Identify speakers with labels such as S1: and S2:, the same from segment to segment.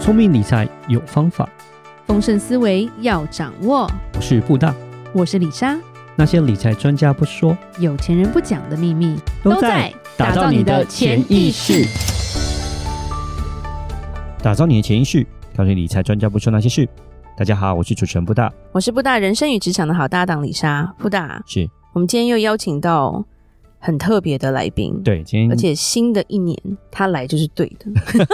S1: 聪明理财有方法，
S2: 丰盛思维要掌握。
S1: 我是布大。
S2: 我是李莎，
S1: 那些理财专家不说，
S2: 有钱人不讲的秘密
S1: 打造你的潜意识。，打造你的潜意识，告诉你理财专家不说那些事。大家好，我是主持人布大，
S2: 我是布大人生与职场的好搭档李莎。布大，
S1: 是
S2: 我们今天又邀请到很特别的来宾，，
S1: 对，今
S2: 而
S1: 天
S2: 且新的一年他来就是对的，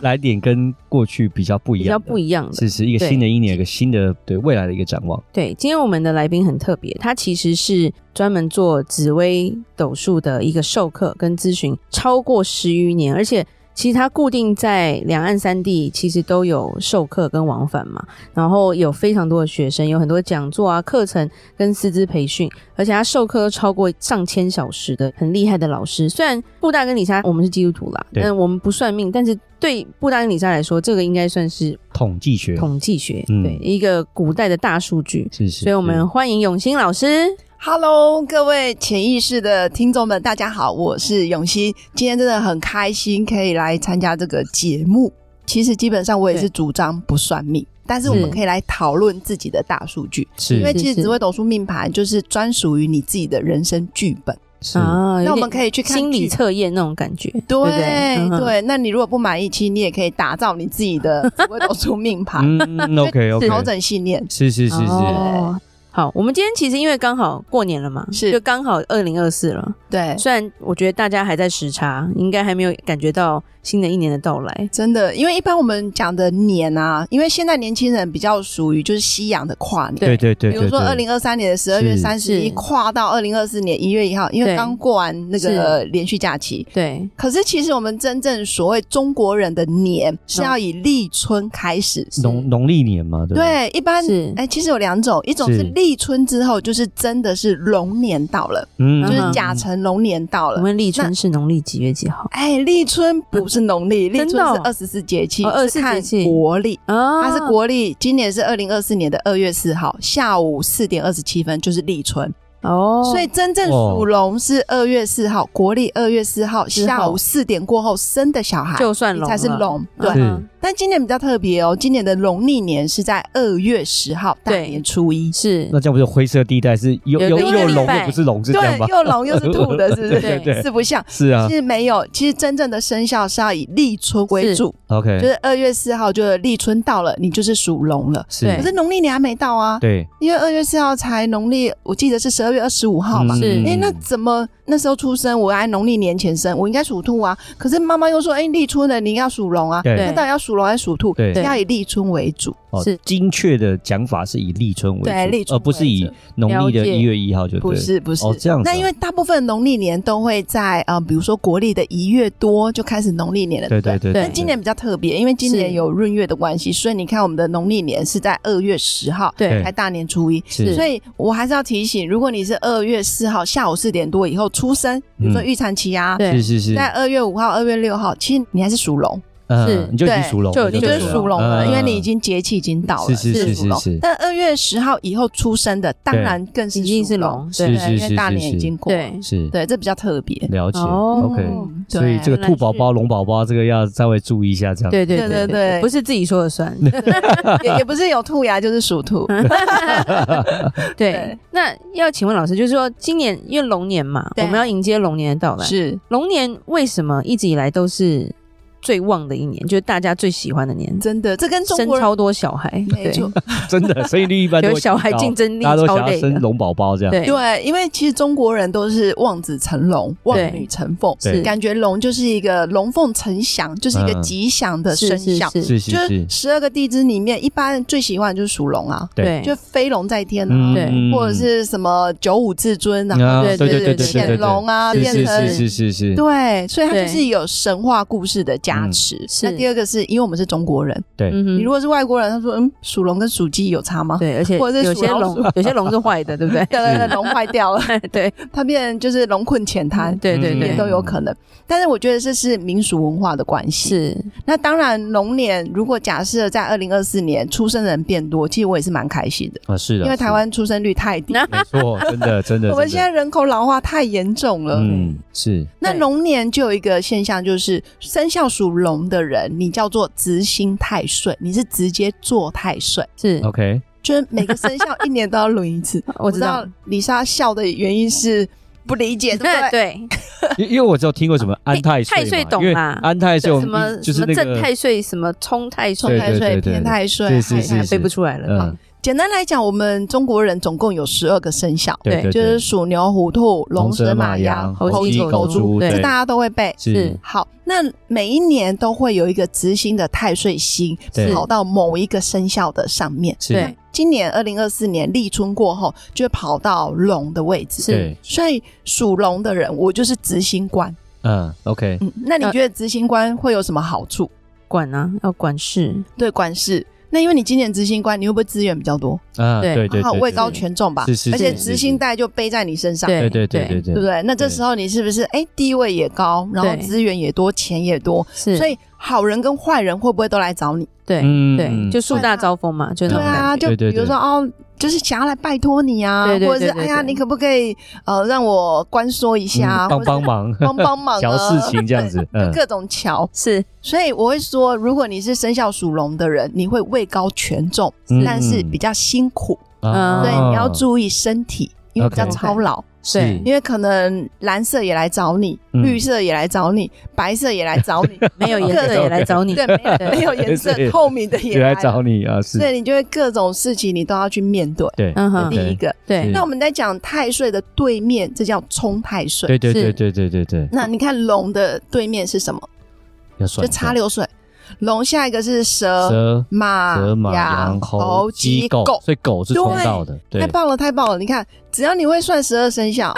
S1: 来点跟过去比较不一
S2: 比较
S1: 样，
S2: 不一样的。
S1: 是是一个
S2: 对
S1: 新的一年，有个新的对未来的一个展望。
S2: 对，今天我们的来宾很特别，他其实是专门做紫微斗数的一个授课跟咨询，超过十余年，而且其实他固定在两岸三地，其实都有授课跟往返嘛，然后有非常多的学生，有很多讲座啊、课程跟师资培训，而且他授课都超过上千小时的，很厉害的老师。虽然布大跟李莎我们是基督徒啦，
S1: 对
S2: 但我们不算命，但是对布大跟李莎来说，这个应该算是
S1: 统计学，
S2: 统计学，
S1: 嗯
S2: 对一个古代的大数据。
S1: 是是，
S2: 所以我
S1: 是
S2: 们欢迎永兴老师。
S3: Hello，各位潜意识的听众们，大家好，我是永熙。今天真的很开心可以来参加这个节目。其实基本上我也
S2: 对
S3: 是主张不算命，但是我们
S2: 是
S3: 可以来讨论自己的大数据，
S1: 是
S3: 因为其
S2: 是
S3: 实
S2: 是
S3: 紫微斗数命盘就是专属于你自己的人生剧本。
S1: 是
S2: 啊，
S3: 那我们
S2: 以
S3: 可以去看
S2: 心理
S3: 剧
S2: 测验那种感觉，对不
S3: 对
S2: 对？嗯哼
S3: 对，那你如果不满意，其实你也可以打造你自己的紫微斗数命 盘，
S1: 嗯，OK
S3: 调
S1: OK，
S3: 整信念。
S1: 是是是是，
S2: 哦好，我们今天其实因为刚好过年了嘛，
S3: 是
S2: 就刚好二零二四了。
S3: 对，
S2: 虽然我觉得大家还在时差，应该还没有感觉到新的一年的到来。
S3: 真的，因为一般我们讲的年啊，因为现在年轻人比较属于就是西洋的跨年，
S1: 对对对，
S3: 比如说
S1: 对
S3: 二零二三年的十二月三十
S2: 是
S3: 一跨到二零二四年一月一号，因为
S2: 对
S3: 刚过完那个连续假期。
S2: 对，
S3: 可是其实我们真正所谓中国人的年是要以立春开始，
S1: 农农历年嘛，对不对，
S3: 对，一般
S2: 是
S3: 哎，其实有两种，一种
S1: 是
S3: 是立春之后，就是真的是龙年到了，
S1: 嗯
S3: 就是
S2: 嗯
S3: 甲辰龙年到
S2: 我
S3: 了。
S2: 们立春是农历几月几号？
S3: 哎，立春不是农历，立
S2: 真
S3: 春
S2: 的哦
S3: 是二十四节气，
S2: 哦24
S3: 是看
S2: 节气
S3: 国历。
S2: 啊
S3: 它是国历，今年是二零二四年的二月四号下午四点二十七分，就是立春。
S2: 哦，
S3: 所以真正属龙是二月四号，国历二月哦四号
S2: 之后
S3: 下午四点过后生的小孩
S2: 就算
S3: 你
S2: 龙
S3: 才是
S2: 了
S3: 龙。
S2: 嗯
S3: 对，
S2: 哼
S3: 但今年比较特别哦，今年的农历年是在二月十号大
S2: 对
S3: 年初一。
S2: 是
S1: 那这样不就灰色地带是又
S2: 有
S1: 又
S2: 一个
S1: 又
S2: 礼
S1: 龙
S2: 拜
S1: 又不是龙是这样
S3: 对
S1: 吧，？
S3: 又龙又是兔的，是不
S1: 对对对
S3: 是？四不像。
S1: 是啊
S3: 其实没有，其实真正的生肖是要以立春为
S2: 是
S3: 主，
S1: ，OK，
S3: 就是二月四号就是立春到了，你就是属龙了。
S1: 是
S2: 对
S3: 可是农历年还没到啊，
S1: 对，
S3: 因为二月四号才农历，我记得是十二月二十五号嘛。
S1: 嗯
S2: 是
S3: 哎、那怎么那时候出生？我按农历年前生，我应该属兔啊。可是妈妈又说，哎、立春了，你应该要属龙啊。
S1: 对
S3: 那到底要属龙还是属兔？
S1: 对
S2: 对
S3: 要以立春为主。
S1: 哦
S2: 是
S1: 精确的讲法是以立春为
S3: 对
S1: 主
S3: 立春
S1: 而不是以
S3: 为主
S1: 农历的
S2: 了解
S1: 一月一号就
S3: 不
S1: 对，
S3: 是不是、
S1: 哦这样子啊
S3: 那因为大部分农历年都会在呃，比如说国历的一月多就开始农历年了，
S1: 对
S3: 不
S1: 对对。
S2: 对
S3: 那今年比较特别，因为今年
S2: 是
S3: 有闰月的关系，所以你看我们的农历年是在二月十号
S2: 对
S3: 才大年初一，
S1: 是
S3: 所以我还是要提醒，如果你是二月四号下午四点多以后出生，比如说
S1: 嗯
S3: 预产期啊，
S2: 对
S1: 是是是，
S3: 在二月五号、二月六号，其实你还是属龙，
S1: 嗯
S2: 是，
S1: 你就已经
S3: 对
S1: 属龙
S2: 就
S1: 了，
S2: 已
S3: 你
S2: 经
S3: 就是
S1: 对
S3: 属龙了，
S1: 嗯
S3: 因为你已经节气已经到
S1: 是
S3: 了，
S1: 是是
S3: 属龙
S1: 是是。
S3: 但二月十号以后出生的，当然更是
S2: 一定是
S3: 属
S2: 龙，，
S3: 对
S2: 对
S1: 是是
S3: 因为大年已经过了，
S2: 对
S1: 是
S3: 对，这比较特别。
S1: 了解
S2: 哦
S1: ，OK，
S3: 嗯
S1: 所以
S3: 对
S1: 这个
S2: 原来
S1: 兔宝
S2: 是
S1: 宝、龙宝宝这个要稍微注意一下，这样
S2: 对对
S3: 对对对
S2: 不是自己说了算。
S3: 也也不是有兔牙就是属兔，
S2: 嗯对
S3: 对，
S2: 那要请问老师，就是说今年因为龙年嘛，我
S3: 对
S2: 们要迎接龙年的到来。
S3: 是
S2: 龙年为什么一直以来都是最旺的一年，就是大家最喜欢的年，
S3: 真的，这跟中
S2: 生
S3: 国人
S2: 超多小孩，
S3: 没
S2: 对，
S3: 错，
S1: 真的生育率一般都
S2: 有
S1: 会
S2: 小孩
S1: 提高
S2: 竞争力
S1: 大家都
S2: 超
S1: 想要
S2: 累
S1: 生
S2: 的，
S1: 龙宝宝这样，
S2: 对
S3: 对，因为其实中国人都是望子成龙，望
S2: 对
S3: 女成凤，
S1: 对
S2: 是
S3: 感觉龙就是一个龙凤呈祥，就是一个
S1: 嗯
S3: 吉祥的生
S2: 是是
S3: 肖。
S2: 是
S1: 是
S3: 就是
S1: 是
S3: 是，十二个地支里面，一般最喜欢的就是属龙啊，
S2: 对，
S3: 就飞龙在天
S1: 嗯
S3: 啊，
S2: 对
S1: 嗯
S3: 或者是什么九五至尊啊，
S1: 啊
S2: 对
S1: 对对
S2: 对
S1: 对
S2: 对
S1: 对
S3: 潜龙啊，
S2: 是
S3: 变
S1: 是是
S3: 成。
S1: 是是是，
S3: 对，所以它
S2: 对
S3: 就是有神话故事的加持。
S2: 是
S3: 那第二个是因为我们是中国人，
S2: 嗯
S3: 你如
S2: 哼，
S3: 果是外国人，他说嗯，属龙跟属鸡有差吗？
S2: 对，而且
S3: 或者是
S2: 有些
S3: 属老鼠
S2: 龙有些龙是坏的，对不对？
S3: 对对对，龙坏掉了，
S2: 对
S3: 它变成就是龙困浅滩，
S2: 对对
S1: 嗯
S3: 也
S2: 对，
S3: 都有可能。但是我觉得这是民俗文化的关系。
S2: 是
S3: 那当然，龙年如果假设在二零二四年出生人变多，其实我也是蛮开心的，
S1: 啊是的，
S3: 因为台湾出生率太低，
S1: 没错，真的真的，
S3: 我们
S1: 真的
S3: 现在人口老化太严重了。
S1: 嗯是
S3: 那龙年就有一个现象，就是生肖属属龙的人，你叫做直心太岁，你是直接做太岁，
S2: 是
S1: OK，
S3: 就是每个生肖一年都要轮一 次。
S2: 我知道，
S3: 李莎笑的原因是不理解，对不 对？
S2: 对，
S1: 因因为我只有听过什 么安太岁嘛，
S2: 太岁哎懂
S1: 因为
S2: 啦
S1: 安太岁我
S2: 什么
S1: 们一就是
S2: 什么
S1: 那
S2: 正
S1: 个
S2: 太岁，什么冲太
S3: 冲
S1: 对
S2: 岁，
S3: 太
S1: 对
S3: 岁、
S1: 对对
S3: 偏太岁，
S1: 是
S3: 害
S1: 是
S3: 太
S2: 哎
S1: 是
S2: 背不出来了。
S1: 嗯，
S3: 简单来讲，我们中国人总共有十二个生肖，
S1: 对
S2: 对
S1: 对，
S3: 就是鼠、牛、虎、兔、龙、蛇、马、羊、
S2: 猴
S1: 猴
S2: 鸡
S1: 鸡、
S2: 狗
S1: 狗
S2: 猪
S1: 猪，
S2: 对
S3: 这
S1: 对
S3: 大，家都会背。
S1: 是
S2: 是
S3: 好，那每一年都会有一个执行的太岁星
S1: 对
S3: 跑到某一个生肖的上面。
S1: 是
S2: 对，
S3: 今年二零二四年立春过后，就会跑到龙的位置。
S2: 是
S1: 对，
S3: 所以属龙的人，我就是执行官。
S1: 嗯，OK，
S3: 嗯，那你
S2: 呃
S3: 觉得执行官会有什么好处？
S2: 管啊，要管事，
S3: 对管事，那因为你今年执行官，你会不会资源比较多？
S1: 嗯，对
S2: 对
S1: 对对，
S3: 好，
S1: 对
S3: 啊位高，权重吧。
S1: 是是
S3: 而且
S2: 是
S1: 是
S3: 执行带就背在你身上。
S1: 对对
S2: 对
S1: 对对
S2: 对
S1: 对嗯
S3: 对不，对？那这时候你是不是哎地位也高，然后
S2: 对
S3: 资源也多，钱也多，
S2: 是，
S3: 所以好人跟坏人会不会都来找你？
S2: 对
S1: 嗯
S2: 对，就树大招风嘛，就那
S3: 对
S2: 种
S3: 啊，
S2: 感觉。
S1: 对
S3: 就
S1: 对
S3: 比如
S1: 对
S3: 说哦，就是想要来拜托你啊，
S2: 对对
S3: 或者是
S2: 对对
S3: 哎呀，
S2: 对
S3: 你可不可以呃让我关说一下啊，
S1: 嗯帮
S3: 或者
S1: 帮忙，
S3: 帮帮忙 啊
S1: 小事 情这样子，嗯，
S3: 各种瞧。
S2: 是
S3: 所以我会说，如果你是生肖属龙的人，你会位高权重，
S1: 嗯
S3: 但是比较辛苦，
S1: 啊
S2: 嗯
S3: 所以你要注意身体。因为比较
S1: OK
S3: 操劳
S1: 是
S2: 对，
S3: 因为可能蓝色也来找你，
S1: 嗯
S3: 绿色也来找你，白色也来找你，
S2: 没有颜
S3: 各
S2: 色
S3: 种
S2: 也来找你，
S3: 对，没有
S2: 对
S3: 没有颜色
S1: 对，
S3: 透明的也
S1: 也来
S3: 来
S1: 找你啊，是
S3: 所，以你就会各种事情你都要去面对。
S1: 对，
S2: 嗯哼
S3: 第
S1: OK
S3: 一个，
S2: 对
S1: 是
S3: 那我们在讲太岁的对面，这叫冲太岁。
S1: 对对对
S2: 是
S1: 对对对对，
S3: 那你看龙的对面是什么？
S1: 要算
S3: 嗯就
S1: 一下
S3: 插流水。龙下一个是蛇、
S1: 蛇、
S3: 马、
S1: 蛇、马、羊、
S3: 啊猴、
S1: 鸡、狗，所以狗是冲到的，对
S3: 太，棒了，太棒了！你看，只要你会算十二生肖，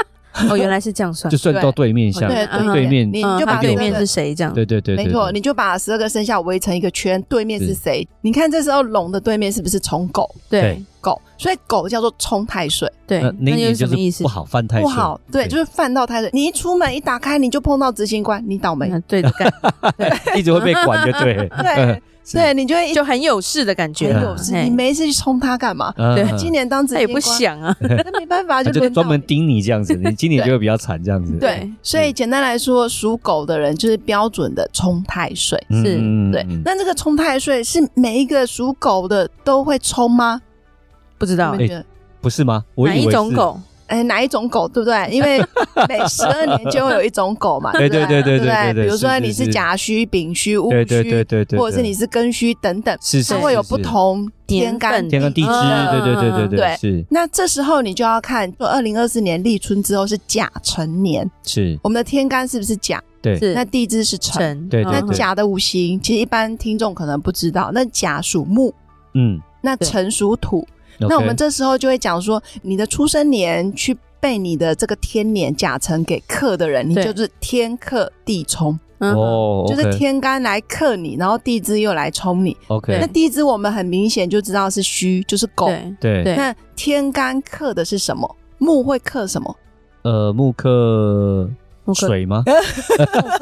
S2: 哦，原来是这样 算
S1: 就，算到对面下，
S3: 对
S2: 嗯
S1: 对面
S3: 你
S2: 嗯
S3: 就把
S2: 它
S1: 这
S2: 对
S1: 个
S2: 面是谁这样？
S1: 对对对，对
S3: 没错，
S1: 对
S3: 你就把十二个生肖围成一个圈，对面是
S1: 是
S3: 谁？你看这时候龙的对面是不是冲狗？
S2: 对
S3: 狗，所以狗叫做冲太岁，
S2: 对
S1: 呃，那
S2: 那又
S1: 你
S2: 是什
S1: 就
S2: 么意
S1: 是
S2: 思
S1: 不？好犯太岁
S3: 不好，对，
S1: 对
S3: 就是犯到太岁。你一出门一打开，你就碰到执行官，你 倒霉。
S2: 嗯对的感，
S1: 一直会被管就对了，
S3: 对，对，你就 会一
S2: 就很有事的感 觉
S1: 很
S2: 啦，
S3: 有事，
S2: 嘿
S3: 你没事去冲他干嘛？
S1: 嗯，
S2: 对
S1: 嗯
S3: 今年当执
S2: 他
S3: 行
S2: 哎也不，
S3: 官
S2: 想啊，
S3: 那没办 法，
S1: 他
S3: 就
S1: 就
S3: 轮到
S1: 专门嗯
S3: 你。
S1: 盯你这样子，你今年就会比较惨这样子，
S3: 对，所以简单来说，属狗的人就是标准的冲太岁。
S1: 嗯
S2: 是
S1: 嗯嗯
S3: 对
S1: 嗯，
S3: 那这个冲太岁是每一个属狗的都会冲吗？
S2: 不知
S3: 你
S2: 道
S3: 们觉得？
S1: 不是吗？哎我
S2: 哪
S1: 以为
S2: 一种
S1: 是，
S2: 狗？
S3: 哎，哪一种狗，对不 对？因为每十二年就会有一种狗嘛，
S1: 对
S3: 不
S1: 对对对
S3: 对不
S1: 对对对
S3: 比如说
S1: 是
S3: 你
S1: 是
S3: 是甲戌、丙戌、戊
S1: 对对对
S3: 戌，
S1: 对对，
S3: 或者是你是庚戌等等，
S1: 是是
S3: 它会有不同天干
S2: 年份
S1: 天干地支，
S2: 嗯
S1: 对对对对
S3: 对
S1: 是
S3: 那这时候你就要看，说二零二四年立春之后是甲辰年，
S1: 是，
S3: 我们的天干是不是甲？
S1: 对
S2: 是
S3: 那地支是辰。
S2: 辰，
S1: 对对
S3: 那
S2: 嗯
S1: 对
S3: 甲的五行，其实一般听众可能不知道，那甲属木，
S1: 嗯，
S3: 那
S2: 对
S3: 辰属土。
S1: 那
S3: 那我们这时候就会讲说，你的出生年去被你的这个天年甲辰给克的人，你
S2: 对
S3: 就是天克地冲，
S2: 嗯
S1: 哦，
S3: 就是天干来克你，然后地支又来冲你。那
S1: OK，
S3: 地支我们很明显就知道是戌，就是狗。
S1: 对
S2: 对对
S3: 那天干克的是什么？木会克什么？
S1: 呃，木克
S2: 木克
S1: 水吗？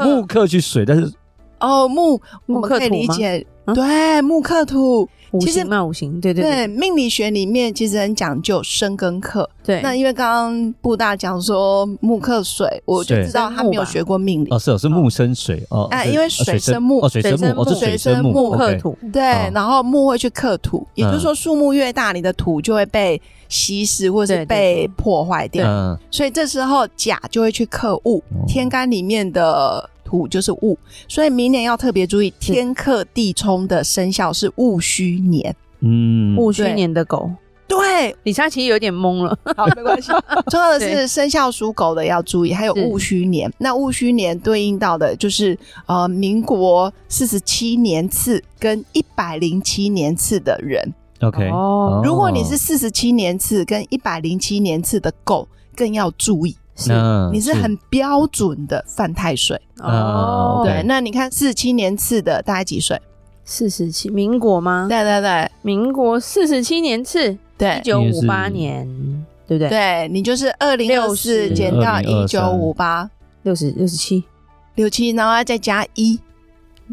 S1: 木克去水，但是
S3: 哦，木，我
S2: 木
S3: 们
S2: 克
S3: 可以
S2: 土
S3: 理
S2: 吗
S3: 解，
S2: 嗯
S3: 对，木克土。
S2: 五
S3: 其实
S2: 行嘛，五行，对对
S3: 对，
S2: 对
S3: 命理学里面其实很讲究生跟克。
S2: 对，
S3: 那因为刚刚布大讲说木克水，我就
S1: 对
S3: 知道他没有学过命理
S1: 哦，。是哦，是木生水哦，
S3: 哎
S1: 是
S3: 因为
S1: 哦
S3: 水生木
S1: 哦，水生
S2: 水生
S1: 木，哦，是
S2: 木
S1: 水
S3: 水
S1: 生
S3: 生
S1: 木
S3: 木
S2: 木克
S1: OK，
S2: 土，
S3: 对
S1: 哦，
S3: 然后木会去克土，也就是
S1: 嗯
S3: 说树木越大，你的土就会被稀释或是
S2: 对对
S3: 被
S2: 对
S3: 破坏掉。
S1: 嗯，
S3: 所以这时候甲就会去克戊
S1: 哦，
S3: 天干里面的土就是戊，所以明年要特别注意天克地冲的生肖是戊戌年。
S1: 嗯，
S2: 戊戌
S3: 对
S2: 年的狗，
S3: 对，
S2: 李莎其实有点懵了，
S3: 好，没关系。 重要的是
S2: 对
S3: 生肖属狗的要注意，还有
S2: 是
S3: 戊戌年。那戊戌年对应到的就是呃民国四十七年次跟一百零七年次的人。
S1: OK，
S2: 哦
S1: 哦
S3: 如果你是四十七年次跟一百零七年次的狗，更要注意，
S1: 那
S3: 你是很标准的犯太岁。
S1: 啊
S2: 哦，
S1: 对
S3: 对，那你看四十七年次的大概几岁？
S2: 四十七，民国吗？
S3: 对对对
S2: 民国四十七年次，嗯一
S3: 对。
S2: 九五八
S1: 应
S2: 年，对不对？
S3: 对你就是二零二四
S2: 60
S3: 减掉一九五八
S2: 六十六十七，
S3: 六七，然后要再加一，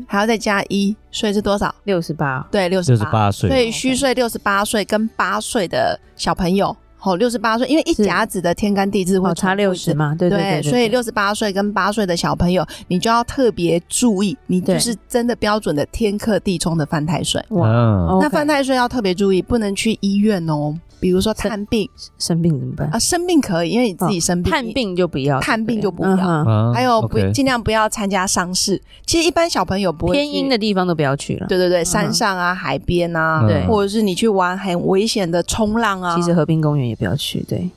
S3: 还要再加一，所以是多少？
S2: 六十八，
S3: 对，六
S1: 六
S3: 十
S1: 十
S3: 八。
S1: 八
S3: 所
S1: 岁，
S3: 以虚岁六十八岁跟八岁的小朋友，哦，六十八岁，因为一
S2: 是
S3: 甲子的天干地支会
S2: 哦，差
S3: 重复
S2: 六
S3: 一次
S2: 十嘛，对对对，
S3: 所以六十八岁跟八岁的小朋友，你就要特别注意，你就
S2: 对
S3: 是真的标准的天克地冲的犯太岁。
S2: 哇哦
S1: 啊，
S2: OK
S3: 那犯太岁要特别注意，不能去医院哦，比如说探病
S2: 生病怎么办
S3: 啊，？生病可以，因为你自己生病，
S2: 探
S3: 你
S2: 病就不要，
S3: 探病就不要
S2: 对嗯哼
S1: 啊
S3: 还有不
S1: OK
S3: 尽量不要参加丧事。其实一般小朋友不会
S2: 偏
S3: 去
S2: 阴的，地方都不要去了。
S3: 对对对，
S2: 嗯
S3: 山上啊、海边啊，
S1: 对
S3: 或者是你去玩很危险的冲浪啊，
S2: 其实河滨公园也不要去，对，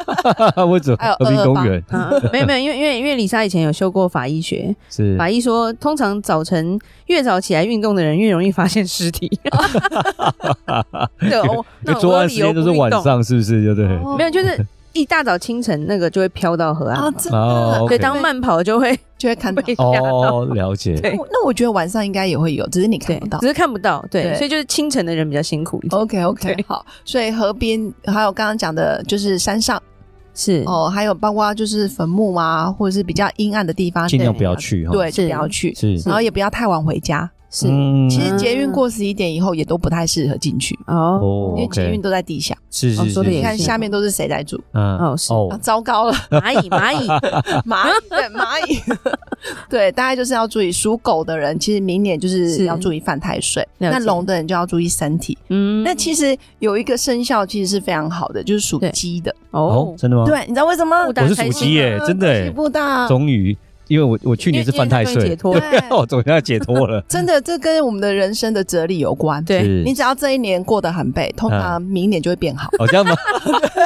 S1: 为什么
S3: 还有
S1: 和平公园
S3: 啊
S2: 嗯， 没有没有，因为因为因为李莎以前有修过法医学，
S1: 是
S2: 法医说，通常早晨越早起来运动的人越容易发现尸 体。 对，我
S1: 因为
S2: 那
S1: 作
S2: 我有
S1: 案
S2: 理
S1: 时
S2: 由
S1: 间都
S2: 不
S1: 是
S2: 运
S1: 哎晚
S2: 动，
S1: 上，是不是？对不对？
S3: 哦
S2: 没有，就是一大早清晨那个就会飘到河岸
S3: 啊，
S2: 嘛。
S3: 真
S1: 哦
S3: 的
S1: ，OK
S2: 对，当慢跑就会
S3: 就会看到。
S2: 被吓到。
S1: 哦，了解。
S2: 对
S3: 那我觉得晚上应该也会有，只是你看
S2: 对
S3: 不到，。
S2: 只是看不到。对
S3: 对，哦
S2: 所以就是清晨的人比较辛苦一点。
S3: OK OK，
S2: 对
S3: 好，所以河边还有刚刚讲的，就是山上
S2: 是，
S3: 哦，还有包括就是坟墓啊，或者是比较阴暗的地方，
S1: 尽量
S3: 对
S1: 不要去哈。
S3: 对，
S2: 是
S3: 就不要去，
S1: 是
S3: 然后也不要太晚回家。
S2: 是
S1: 嗯
S3: 其实捷运过十一点以后也都不太适合进去，
S2: 哦
S1: 哦
S3: 因为
S1: OK
S3: 捷运都在地下，
S1: 是是
S2: 哦
S1: 是，
S2: 说得
S1: 是
S3: 你
S2: 也
S3: 看
S2: 是
S3: 下面都是谁在住？
S1: 嗯
S2: 哦是
S3: 啊
S1: 哦
S3: 糟糕了，
S2: 蚂蚁蚂蚁
S3: 蚂蚁对 蚂蚁，对，大概就是要注意属狗的人，其实明年就是
S2: 是
S3: 要注意犯太岁，
S2: 了
S3: 那
S2: 解
S3: 龙的人就要注意身体。
S2: 嗯，
S3: 那其实有一个生肖其实是非常好的，就是属
S2: 对
S3: 鸡的。
S1: 哦，真的吗？
S3: 对，你知道为什么？
S2: 不大
S1: 我是
S2: 开
S1: 属
S2: 心
S1: 鸡耶，真的
S3: 起
S1: 耶，
S3: 不大。
S1: 终于，因为我我去年是犯太
S2: 因为因为
S1: 岁
S2: 他终于解，脱
S3: 了
S1: 对我总算解脱了。
S3: 真的，这跟我们的人生的哲理有关。
S2: 对，
S1: 是嗯
S3: 你只要这一年过得很背，通常明年就会变好，
S1: 好哦像吗？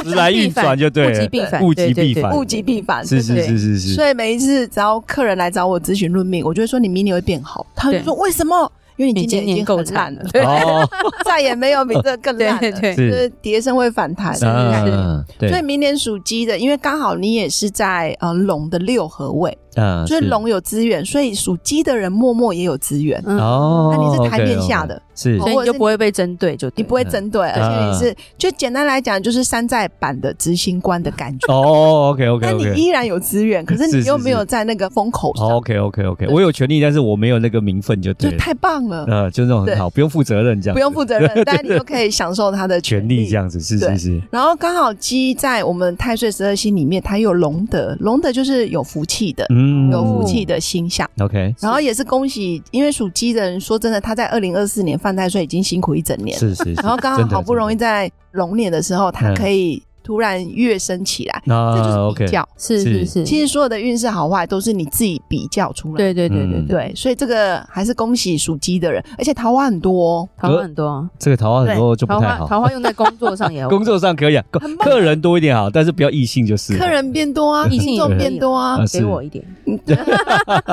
S1: 时来运转就对
S2: 物极
S1: 了，
S2: 必反，
S1: 物极
S2: 对对
S1: 必
S2: 对
S1: 反
S3: 物极必反。
S1: 啊是
S3: 真
S1: 是
S3: 的
S1: 是是是，
S3: 所以每一次只要客人来找我咨询论命，我就会说你明年会变好。他们
S2: 对
S3: 就说为什么？因为你
S2: 你
S3: 今
S2: 今
S3: 年已
S2: 年
S3: 经
S2: 够
S3: 很
S2: 惨
S3: 烂了
S2: 了，，对
S1: 哦，
S3: 再也没有比这 更烂
S2: 对
S3: 了。
S2: 对
S1: 是
S3: 就是碟升会反弹。
S1: 嗯，
S3: 所以
S1: 对，
S3: 明年属鸡的，因为刚好你也是在呃龙的六合位，
S1: 嗯，
S3: 所以龙有资源，所以属鸡的人默默也有资源。
S2: 嗯
S1: 哦，
S3: 那啊你是台
S1: OK，
S3: 面
S1: OK，
S3: 下的，
S1: 是
S3: 哦
S2: 所以你就不会被针对，就
S3: 你
S2: 对
S3: 不会针对，
S1: 嗯
S3: 而且你是就简单来讲，就是山寨版的执行官的感觉。
S1: 哦，OK OK
S3: 但你
S1: OK。
S3: 依然有资源，可是
S1: 是
S3: 你
S1: 是
S3: 又没有在那个风口上，
S1: OK OK OK，我有权利，但是我没有那个名分就对
S3: 就
S1: 了，
S3: 太棒了，
S1: 呃，就那种很好，不用负责任这样，
S3: 不用负责 任，但你又可以享受他的
S1: 权利这。样子，是
S3: 对
S1: 是是，
S3: 然后刚好鸡在我们太岁十二星里面，它有龙德，龙德就是有福气的，
S1: 嗯，
S3: 有福气的星象。
S1: ，OK，
S3: 然后也是恭喜，因为属鸡的人说真的，他在二零二四年犯太岁已经辛苦一整年，
S1: 是是，是
S3: 然后刚好
S1: 真的
S3: 好不容易
S1: 真的
S3: 在龙年的时候，他
S1: 嗯
S3: 可以突然跃升起来，
S1: 那
S3: 这就是
S1: OK，
S3: 比较。
S2: 是
S1: 是
S2: 是是，
S3: 其实所有的运势好坏都是你自己比较出来的。
S2: 对对对对
S1: 嗯
S2: 对，
S3: 对，所以这个还是恭喜属鸡的人，而且桃花很多、哦。
S2: 桃花很多啊，
S1: 这个桃花很多就不
S2: 桃
S1: 太
S2: 花
S1: 好，
S2: 桃花用在工作上也有
S1: 工作上可以啊，客客人多一点好，但是不要异性就是了。
S3: 客人变多啊，
S2: 异性
S3: 听众
S1: 也
S3: 变多啊
S1: 啊，
S2: 给
S1: 是
S2: 我一点，
S3: 对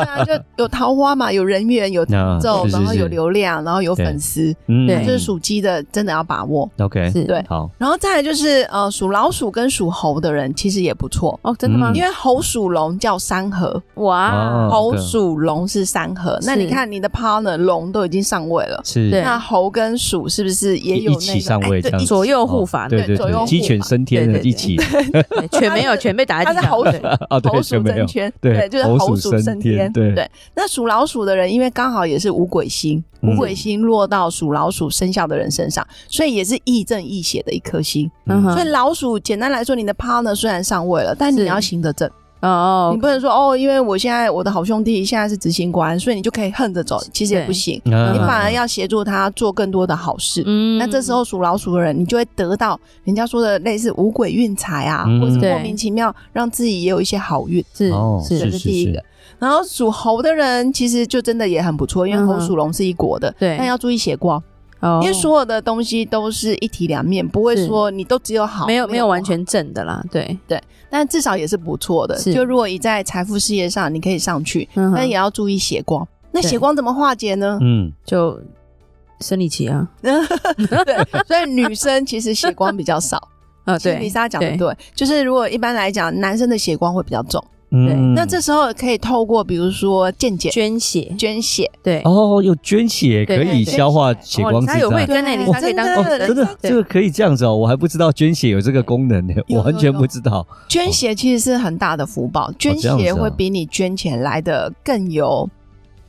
S3: 啊，就有桃花嘛，有人缘，有听
S1: 那
S3: 众，
S1: 是是
S3: 然后有
S1: 是
S3: 流量，然后有
S1: 对
S3: 粉丝，
S1: 嗯
S2: 对
S3: 这是属鸡的，真的要把握。
S1: OK，
S2: 是
S3: 对
S1: 好
S3: 然后再来就是呃，属老鼠跟属猴的人其实也不错，
S2: 哦，真的吗
S1: 嗯
S3: 因？为猴属龙叫三合，
S1: 哦
S2: 哇，
S3: 猴
S1: 对
S3: 属龙是三合。那你
S2: 是
S3: 看你的 partner 龙都已经上位了，
S1: 是
S2: 对
S3: 那猴跟鼠是不是也有
S1: 一
S3: 那
S1: 一
S3: 个
S1: 起上位
S3: 哎
S1: 这样
S3: 对，
S1: 子
S2: 左右
S1: 哦
S2: 护法，
S1: 对
S3: 对
S1: 对
S3: 左右
S1: 对，
S3: 护
S1: 鸡犬
S3: 法
S1: 升天的
S2: 对对
S1: 一 起
S2: 对全没有全被打在
S3: 它
S2: 地
S3: 是
S2: 上，
S3: 猴
S2: 对
S3: 子
S1: 啊，对，
S3: 猴
S1: 全
S3: 鼠
S1: 没有
S3: 争，圈，
S1: 对
S3: 就是
S1: 猴
S3: 猴
S1: 鼠
S3: 鼠
S1: 升
S3: 升
S1: 天
S3: 天，
S1: 对
S3: 那属老鼠的人，因为刚好也是五鬼星，
S1: 嗯
S3: 五鬼星落到属老鼠生肖的人身上，所以也是亦正亦邪的一颗星。
S2: 嗯
S1: 嗯
S2: 哼
S3: 所以老鼠简单来说，你的 partner 虽然上位了，但你
S2: 是
S3: 要行得正，
S2: 哦
S3: 你，不能说哦，因为我现在我的好兄弟现在是执行官，所以你就可以横着走，其实也不行，
S1: 啊
S3: 你反而要协助他做更多的好事。
S2: 嗯
S3: 那这时候属老鼠的人，你就会得到人家说的类似五鬼运财啊，
S1: 嗯
S3: 或是莫
S2: 对
S3: 名其妙让自己也有一些好运。
S2: 是
S1: 哦
S2: 是
S3: 这
S1: 是
S3: 是第一个。然后属猴的人其实就真的也很不错，因为
S2: 嗯哼
S3: 猴属龙是一国的，
S2: 对
S3: 但要注意血光，
S2: 哎哦
S3: 因为所有的东西都是一体两面，不会
S2: 是
S3: 说你都只有好，
S2: 没有没有完
S3: 不好，
S2: 全正的啦，对，
S3: 但至少也是不错的。
S2: 是
S3: 就如果你在财富事业上你可以上去，
S2: 嗯哼
S3: 但也要注意血光。那
S2: 对
S3: 血光怎么化解呢？
S1: 嗯，
S2: 就生理期 啊，
S3: 对， 所以女生其实血光比较少。
S2: 啊
S3: 其实
S2: 对，
S3: 丽莎讲的
S2: 对
S3: 对，就是如果一般来讲，男生的血光会比较重，
S1: 嗯嗯
S3: 那这时候可以透过比如说健检、
S2: 捐血，
S3: 捐血，
S2: 对，
S1: 哦，有捐血可
S2: 对
S1: 以
S2: 对
S1: 消化血
S2: 哦
S1: 光之
S2: 他有慧
S1: 灾。
S2: 根呢，
S3: 对啊
S2: 你他可以当
S3: 真
S1: 哦，
S3: 的
S1: 真的，
S2: 对
S1: 这个可以这样子哦，我还不知道捐血有这个功能呢，
S3: 有
S1: 我完
S3: 有
S1: 全
S3: 有
S1: 不知道。
S3: 捐血其实是很大的福报，捐
S1: 哦这样子
S3: 血
S1: 啊
S3: 会比你捐钱来的更有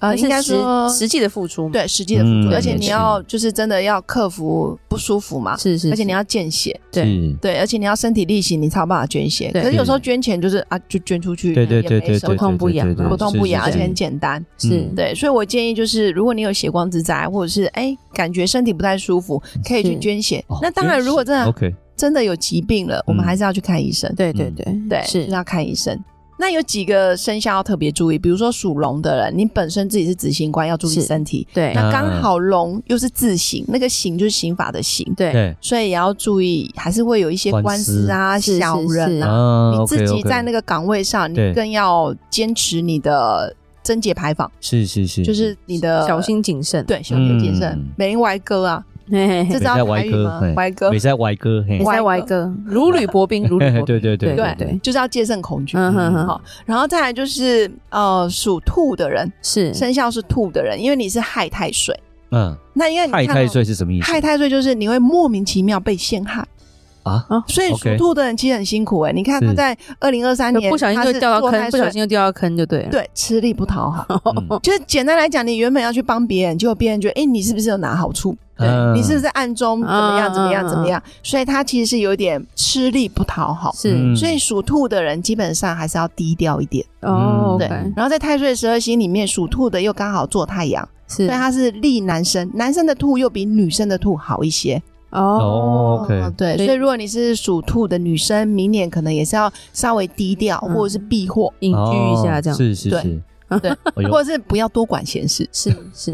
S3: 呃，
S2: 但是
S3: 应该
S2: 实
S3: 说
S2: 实际的付出嘛，
S3: 对实际的付
S1: 嗯
S3: 出，而且
S2: 了
S3: 你
S2: 解
S3: 要就是真的要克服不舒服嘛，
S2: 是是，
S3: 而且你
S2: 是
S3: 要见血，
S2: 对
S1: 是
S3: 对，而且你要身体力行，你才有办法捐血。
S2: 对
S3: 可是有时候捐钱就是啊，就捐出去，
S1: 对对对
S3: 也没
S1: 对
S3: 什
S1: 对，
S3: 么
S2: 痛不痒
S3: 不痛不痒，而且很
S1: 简
S3: 简单。
S2: 是
S1: 嗯
S3: 对，所以我建议就是，如果你有血光之灾，或者是哎感觉身体不太舒服，可以去
S2: 是
S3: 捐血
S1: 哦。
S3: 那当然，
S1: 捐血
S3: 如果真的
S1: OK，
S3: 真的有疾病了，我们
S1: 嗯
S3: 还是要去看医生。
S2: 对对
S1: 嗯
S2: 对
S3: 对，
S2: 是
S3: 就是要看医生。那有几个生肖要特别注意，比如说属龙的人，你本身自己是执行官，要注意
S2: 是
S3: 身体。
S1: 啊
S2: 对
S3: 那刚好龙又是字形，那个形就是刑法的刑，
S2: 对
S1: 对
S3: 所以也要注意，还是会有一些
S1: 官
S3: 官司啊、
S2: 司是
S3: 小
S2: 是
S3: 人
S2: 是
S3: 啊。
S1: 啊
S3: 你自己
S1: OK，OK
S3: 在那个岗位上，
S1: 对
S3: 你更要坚持你的贞洁牌坊，
S1: 是是是，
S3: 就是你的
S2: 小心谨慎，
S3: 对小心谨慎
S1: 嗯，
S3: 没歪哥啊，
S2: 嘿嘿
S3: 呃这
S2: 嘿
S3: 知道台语吗
S1: 没？在
S3: 歪哥
S1: 美，在歪歌，嘿
S2: 你，在歪哥，如履 薄冰，如履薄冰，
S1: 对对对
S2: 对
S1: 对
S2: 对，
S3: 就是要戒慎恐惧。
S2: 嗯哼哼，
S3: 好，然后再来就是呃，属兔的人，
S2: 是
S3: 生肖是兔的人，因为你是害太岁，
S1: 嗯，
S3: 那因为你
S1: 太
S3: 看到哦
S1: 太岁是什么意思
S3: 害太岁就是你会莫名其妙被陷害，
S1: 啊？
S3: 所以属
S1: OK
S3: 兔的人其实很辛苦哎、你看
S1: 是
S3: 他在二零二三
S2: 就
S3: 年
S2: 不小心
S3: 他
S2: 就是掉到
S3: 做
S2: 坑，不
S3: 太岁
S2: 小心就掉到坑就对了，
S3: 对吃力不讨好。
S1: 嗯
S3: 就是简单来讲，你原本要去帮别人，结果别人觉得，哎、你是不是有拿好处？
S1: 嗯
S3: 你是不是暗中怎么样怎么样怎么样？所以他其实是有点吃力不讨好。
S1: 嗯
S2: 是
S3: 所以属兔的人基本上还是要低调一点。
S2: 哦
S1: 嗯
S2: ，OK，
S3: 然后在太岁十二星里面，属兔的又刚好做太阳，
S2: 是
S3: 所以他是利男生，男生的兔又比女生的兔好一些。
S1: 哦
S2: 哦，
S1: ，OK，
S3: 哦对，
S2: 所
S3: 所
S2: 以
S3: 以如果你是属兔的女生，明年可能也是要稍微低调，
S2: 嗯
S3: 或者是避 祸，
S2: 隐居一下这
S1: 哦
S2: 样，
S1: 是是
S3: 对
S1: 是，
S3: 对
S1: 哎呦
S3: 或者是不要多管闲事。
S2: 是 是，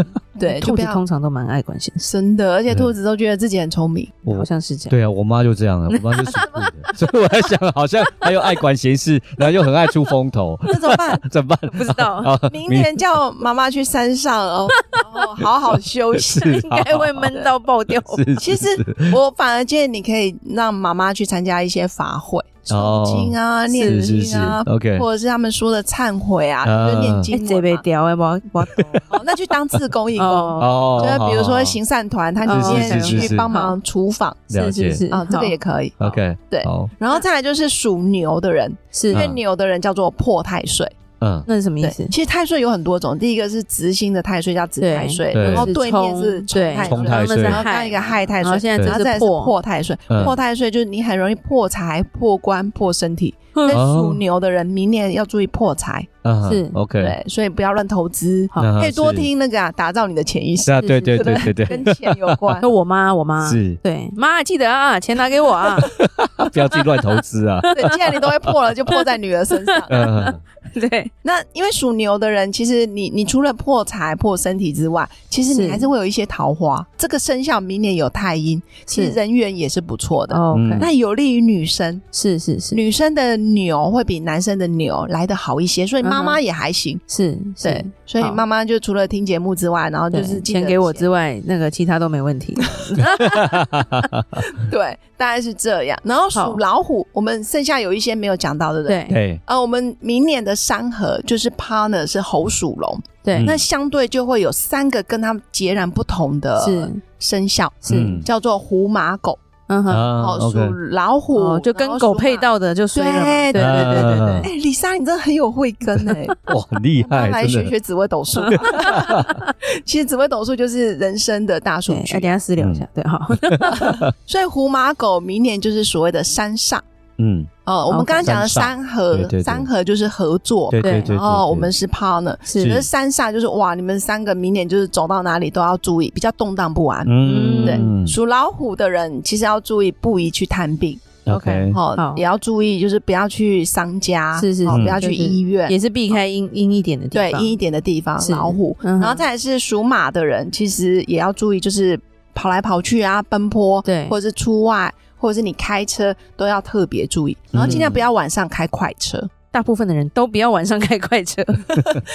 S2: 嗯
S3: 对，就
S2: 兔
S3: 不
S2: 子
S3: 要
S2: 通常都蛮爱管闲事，
S3: 真的，而且
S1: 对
S3: 兔子都觉得自己很 聪明。
S1: 我
S2: 好像是 这样，
S1: 对啊，我妈就这样了，我妈是属兔的，所以我在想，好像她又爱管闲事，然后又很爱出风头，
S3: 那怎么办？
S1: 怎么办？
S2: 不知 道
S1: 啊，
S3: 明天叫妈妈去山 上，哦，然后好好休息。
S1: 是
S2: 应该会闷到爆掉，
S1: 是
S3: 其实我反而建议你可以让妈妈去参加一些法会，
S1: 哦
S3: 诵经啊、念
S1: 是是是
S3: 经啊，
S1: ，OK，
S3: 或者是他们说的忏悔啊，
S1: 啊
S3: 就是念
S2: 哎，
S3: 经
S2: 这被
S3: 文嘛。
S2: 掉哎，我我
S3: 哦，那去当志工义 工。
S2: 哦，
S1: 哦
S3: 就是比
S1: 好
S3: 如
S1: 好
S3: 说
S1: 好
S3: 行善团，他
S2: 是
S3: 里面
S2: 是是
S1: 是嗯
S3: 去帮忙厨房
S1: 了
S2: 是
S1: 解
S2: 是是，
S3: 啊，这个也
S2: 好
S3: 可以。
S1: OK，
S3: 对
S1: 好，
S3: 然后再来就是属牛的人，因为
S2: 是，
S3: 牛的人叫做破太岁。
S1: 嗯，
S2: 那是什么意
S3: 对
S2: 思，？
S3: 其实太岁有很多种，第一个是直心的太岁叫直太岁，
S1: 对
S3: 然后
S2: 是
S3: 对面是
S2: 冲
S3: 冲太
S1: 冲
S3: 岁，
S1: 太
S2: 然后那
S1: 岁
S2: 是
S3: 然后再一个害太
S2: 然后
S3: 岁。
S2: 现在
S1: 对
S3: 然后
S2: 这
S3: 再
S2: 是
S3: 来是
S2: 破，
S3: 破太岁，
S1: 嗯
S3: 破太岁就是你很容易破财、破官、破身体。
S2: 嗯
S3: 那
S1: 哦
S3: 属牛的人明年要注意破财，
S1: 嗯
S2: 是
S1: OK，
S3: 对，所以不要乱投资，
S2: 好
S1: 那
S3: 可以多
S1: 是，
S3: 听那个啊，打造你的潜意识
S1: 是，啊，
S2: 是
S1: 对对
S3: 是
S1: 对
S3: 的
S1: 对对，
S3: 跟钱有关
S2: 那。我妈我妈
S1: 是，
S2: 对妈记得啊，钱拿给我 啊，
S1: 不要自己乱投资啊，
S3: 对，既然你都会破了，就破在女儿 身上。
S1: 嗯，
S2: 对，
S3: 那因为属牛的人，其实你你除了破财、破身体之外，其实你
S2: 是
S3: 还是会有一些桃花。这个生肖明年有太阴，其实人缘也是不错的。
S2: 哦
S1: 嗯
S2: ，OK，
S3: 那有利于女生，
S2: 是是是
S3: 女生的牛会比男生的牛来的好一些，所以妈
S2: 嗯
S3: 妈也还行。
S2: 是，
S3: 对
S2: 是，
S3: 所以
S2: 好
S3: 妈妈就除了听节目之外，然后就
S2: 对
S3: 是记得
S2: 钱给我之外，那个其他都没问题。
S3: 对，大概是这样。然后
S2: 好
S3: 属老虎，我们剩下有一些没有讲到的人，
S2: 对
S1: 对，
S3: 呃，我们明年的山河就是 partner 是猴属龙，
S2: 对，
S3: 那相对就会有三个跟他们截然不同的
S2: 是
S3: 生肖，
S1: 嗯
S2: 是，
S3: 叫做虎马狗，
S2: 嗯哼，
S1: 啊
S3: 哦，属
S1: ，OK，
S3: 老虎
S2: 哦，就跟狗配。到的就衰了嘛。
S3: 对
S1: 啊
S2: 对对对对对
S3: 然后属马哎，李莎，你真的很有慧根哎，
S1: 哇，很厉
S3: 我们
S1: 害，
S3: 来学
S1: 真的，
S3: 学紫微斗数。 其实紫微斗数就是人生的大数
S2: 对，哎，
S3: 据
S2: 等，一下私聊一下，对，好，
S3: 所以虎马狗明年就是所谓的山上。
S1: 嗯，
S3: 哦，我们
S2: OK
S3: 刚刚讲的
S1: 山
S3: 山河
S1: 对对对，
S3: 山河就是合作，
S1: 对对
S2: 对
S1: 对，
S3: 然后
S1: 对
S3: 哦我们是 partner，
S2: 是
S3: 可是山上就是哇，你们三个明年就是走到哪里都要注意，比较动荡不安。
S1: 嗯，
S2: 对
S3: 属老虎的人其实要注意，不宜去探病，
S1: ，OK，
S3: 哦
S2: 好，
S3: 也要注意，就是不要去商家，
S2: 是是
S3: 哦
S1: 是
S3: 不要去
S2: 对对
S3: 医院，
S2: 也是避开阴阴一点的地
S3: 对
S2: 方。
S3: 阴一点的地方，
S2: 是
S3: 老虎。
S2: 嗯哼
S3: 然后再来是属马的人，其实也要注意，就是跑来跑去啊，奔波，
S2: 对
S3: 或者是出外，或者是你开车都要特别注意，然后尽量不要晚上开快车。
S2: 大部分的人都不要晚上开快车。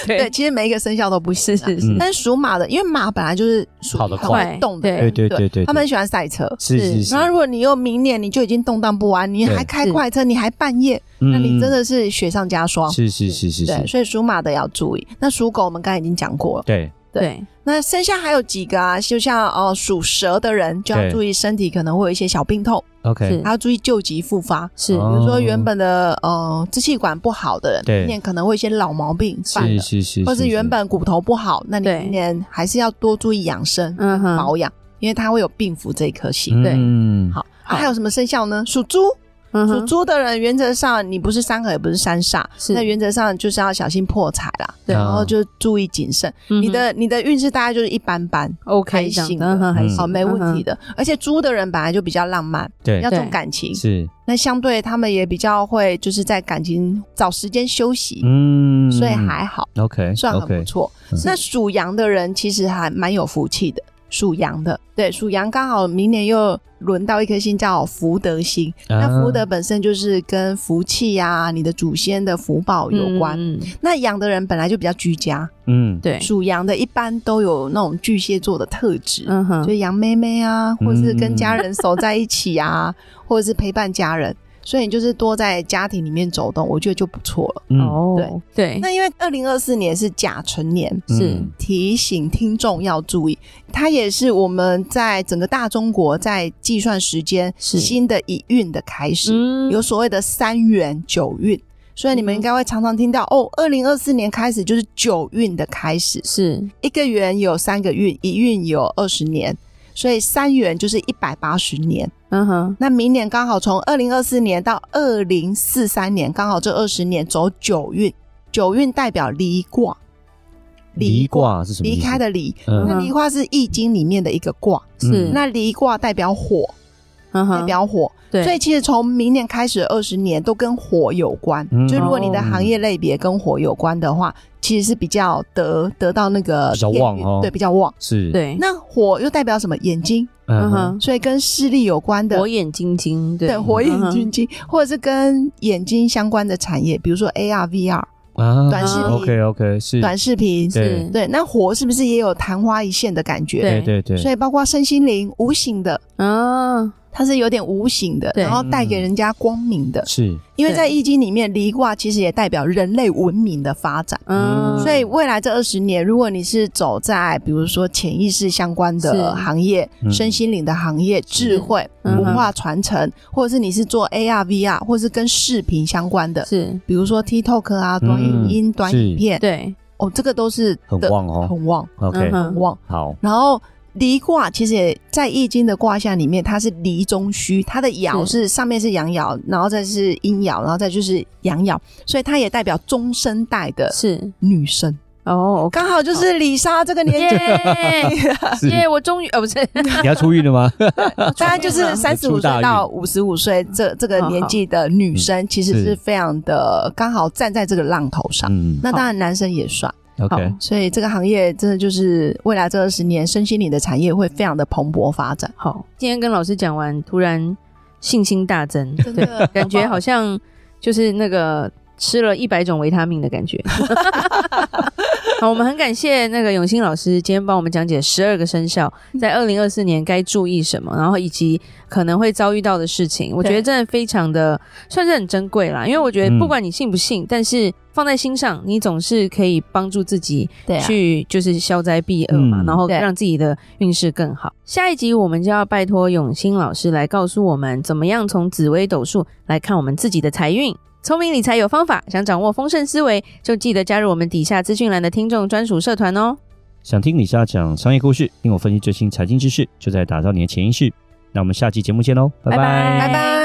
S3: 对，，其实每一个生肖都不行
S2: 是
S3: 啊。
S2: 是是
S1: 嗯，
S3: 但是属马的，因为马本来就是属
S1: 跑
S3: 于
S1: 得
S3: 很
S1: 快
S3: 会动的，
S1: 对
S2: 对
S1: 对对对，
S3: 他们很喜欢赛车。
S1: 是是
S2: 是
S1: 是
S3: 然，后，如果你又明年你就已经动荡不安，你
S1: 对
S3: 还开快车，你还半夜，那
S1: 那
S3: 你真的是雪上加霜。
S1: 嗯是是是是
S3: 对，
S1: 是，
S3: 所以属马的也要注意。那属狗我们刚才已经讲过了，
S1: 对，
S3: 对
S2: 对，
S3: 那剩下还有几个啊？就像哦，属蛇的人就要
S1: 对
S3: 注意身体可能会有一些小病痛，
S1: ，OK，
S2: 是
S3: 还要注意旧疾复发。
S2: 是
S1: 哦
S3: 比如说原本的呃支气管不好的人，
S1: 对
S3: 明年可能会有一些老毛病犯
S1: 是
S3: 了，
S1: 是是，
S3: 或是原本骨头不好，那你
S2: 对
S3: 明年还是要多注意养生、
S2: 嗯哼，
S3: 保养，因为它会有病符这一颗星。
S2: 对
S1: 嗯，
S3: 好，
S2: 好
S3: 啊还有什么生肖呢？属猪，
S2: 嗯
S3: 属
S2: 哼，
S3: 猪的人原则上你不是三合也不是三煞，
S2: 是
S3: 那原则上就是要小心破财啦，
S2: 对
S1: 啊
S3: 然后就注意谨慎。
S2: 嗯哼
S3: 你的你的运势大概就是一般般，
S2: OK
S3: 开
S2: 这样
S3: 心
S2: 的，
S3: 的
S2: 嗯哼，还
S1: 嗯
S2: 行，
S3: 好，没问题
S2: 的，
S3: 的。而且猪的人本来就比较浪漫，
S1: 对
S3: 要，重
S2: 对
S3: 感情，
S1: 是，
S3: 那相对他们也比较会就是在感情找时间休息，
S1: 嗯，
S3: 所以还好，
S1: OK，
S3: 算很
S1: OK，
S3: 不错
S1: 嗯。
S3: 那属羊的人其实还蛮有福气的。属羊的，对，属羊刚好明年又轮到一颗星叫福德星，
S1: 啊
S3: 那福德本身就是跟福气啊、你的祖先的福报有关。
S2: 嗯，
S3: 那羊的人本来就比较居家，
S1: 嗯，
S2: 对，
S3: 属羊的一般都有那种巨蟹座的特质，
S2: 嗯哼
S3: 就，养妹妹啊，或是跟
S1: 嗯
S3: 家人守在一起啊，或者是陪伴家人。所以你就是多在家庭里面走动，我觉得就不错了。
S1: 嗯，
S2: 哦，对，
S3: 那因为二零二四年是甲辰年，
S1: 嗯
S2: 是
S3: 提醒听众要注意，它也是我们在整个大中国在计算时间
S2: 是
S3: 新的一运的开始，
S2: 嗯
S3: 有所谓的三元九运。所以你们
S2: 嗯
S3: 应该会常常听到哦，二零二四年开始就是九运的开始，
S2: 是
S3: 一个元有三个运，一运有二十年，所以三元就是一百八十年。
S2: 嗯哼，
S3: 那明年刚好从二零二四年到二零四三年，刚好这二十年走九运，九运代表离卦，
S1: 离卦是什么意思？
S3: 离开的离。
S1: 嗯
S3: 那离卦是易经里面的一个卦，
S2: 是
S1: 嗯
S3: 那离卦代表火，
S2: 嗯
S3: 代
S2: 哼，
S3: 表火。
S2: 对，
S3: 所以其实从明年开始二十年都跟火有关。
S1: 嗯
S3: 就如果你的行业类别跟火有关的话，其实是比较得得到那个
S1: 比较旺
S3: 天运
S1: 哦
S3: 对，比较旺。
S1: 是，
S2: 对，
S3: 那火又代表什么？眼睛，
S1: 嗯
S2: 嗯
S1: 哼，
S2: 哼，
S3: 所以跟视力有关的
S2: 火，眼金睛，对
S3: 对，火
S2: 嗯
S3: 眼
S2: 哼
S3: 金睛，或者是跟眼睛相关的产业，比如说 AR、VR、
S1: 啊
S3: 短视频
S1: OK OK 是，
S3: 短视频。
S1: 对
S2: 是，
S3: 对，那火是不是也有昙花一现的感觉？
S1: 对对对，
S3: 所以包括身心灵无形的，
S2: 啊，
S3: 它是有点无形的，
S2: 对嗯
S3: 然后带给人家光明的。
S1: 是
S3: 因为在
S2: 对
S3: 易经里面，离卦其实也代表人类文明的发展。
S1: 嗯
S2: 嗯，
S3: 所以未来这二十年，如果你是走在比如说潜意识相关的
S2: 是
S3: 行业、
S1: 嗯
S3: 身心灵的行业、智慧、
S2: 嗯哼
S3: 文化传承，或者是你是做 AR、VR，或是跟视频相关的，
S2: 是
S3: 比如说 TikTok
S1: 嗯
S3: 啊、短影音、短影片，
S2: 对，
S3: 哦，这个都是
S1: 很
S3: 的
S1: 旺哦
S3: 很旺，
S1: ，OK
S2: 嗯哼
S3: 很旺。
S1: 好，
S3: 然后离卦其实也在易经的卦象里面，它是离中虚，它的爻
S2: 是
S3: 是上面是阳爻，然后再是阴爻，然后再就是阳爻，所以它也代表中生代的
S2: 是
S3: 女生。
S2: 哦，
S3: 刚好就是李莎这个年纪，
S2: 耶
S1: 是
S2: 耶，我终于哦，不是，
S1: 你要出狱了吗？
S3: 大概就是三十五
S1: 出大
S3: 岁
S1: 运
S3: 到五十五岁这这个年纪的女生，其实是
S1: 是
S3: 非常的刚好站在这个浪头上。
S1: 嗯
S3: 那当然，男生也算，
S1: ，OK
S3: 所以这个行业真的就是未来这二十年身心灵的产业会非常的蓬勃发展，
S2: 好，今天跟老师讲完，突然信心大增，
S3: 真的
S2: 感觉好像就是那个吃了一百种维他命的感觉。 好，我们很感谢那个永兴老师今天帮我们讲解十二个生肖在二零二四年该注意什么，然后以及可能会遭遇到的事情。我觉得
S3: 对
S2: 真的非常的算是很珍贵啦，因为我觉得
S1: 嗯
S2: 不管你信不信，但是放在心上，你总是可以帮助自己
S3: 对啊，
S2: 去就是消灾避厄嘛，
S1: 嗯
S2: 然后
S3: 对
S2: 让自己的运势更好。下一集我们就要拜托永兴老师来告诉我们，怎么样从紫微斗数来看我们自己的财运。聪明理财有方法，想掌握丰盛思维，就记得加入我们底下资讯栏的听众专属社团哦。
S1: 想听李莎讲商业故事，听我分析最新财经知识，就在打造你的潜意识。那我们下期节目见喽，拜
S2: 拜拜
S3: 拜拜。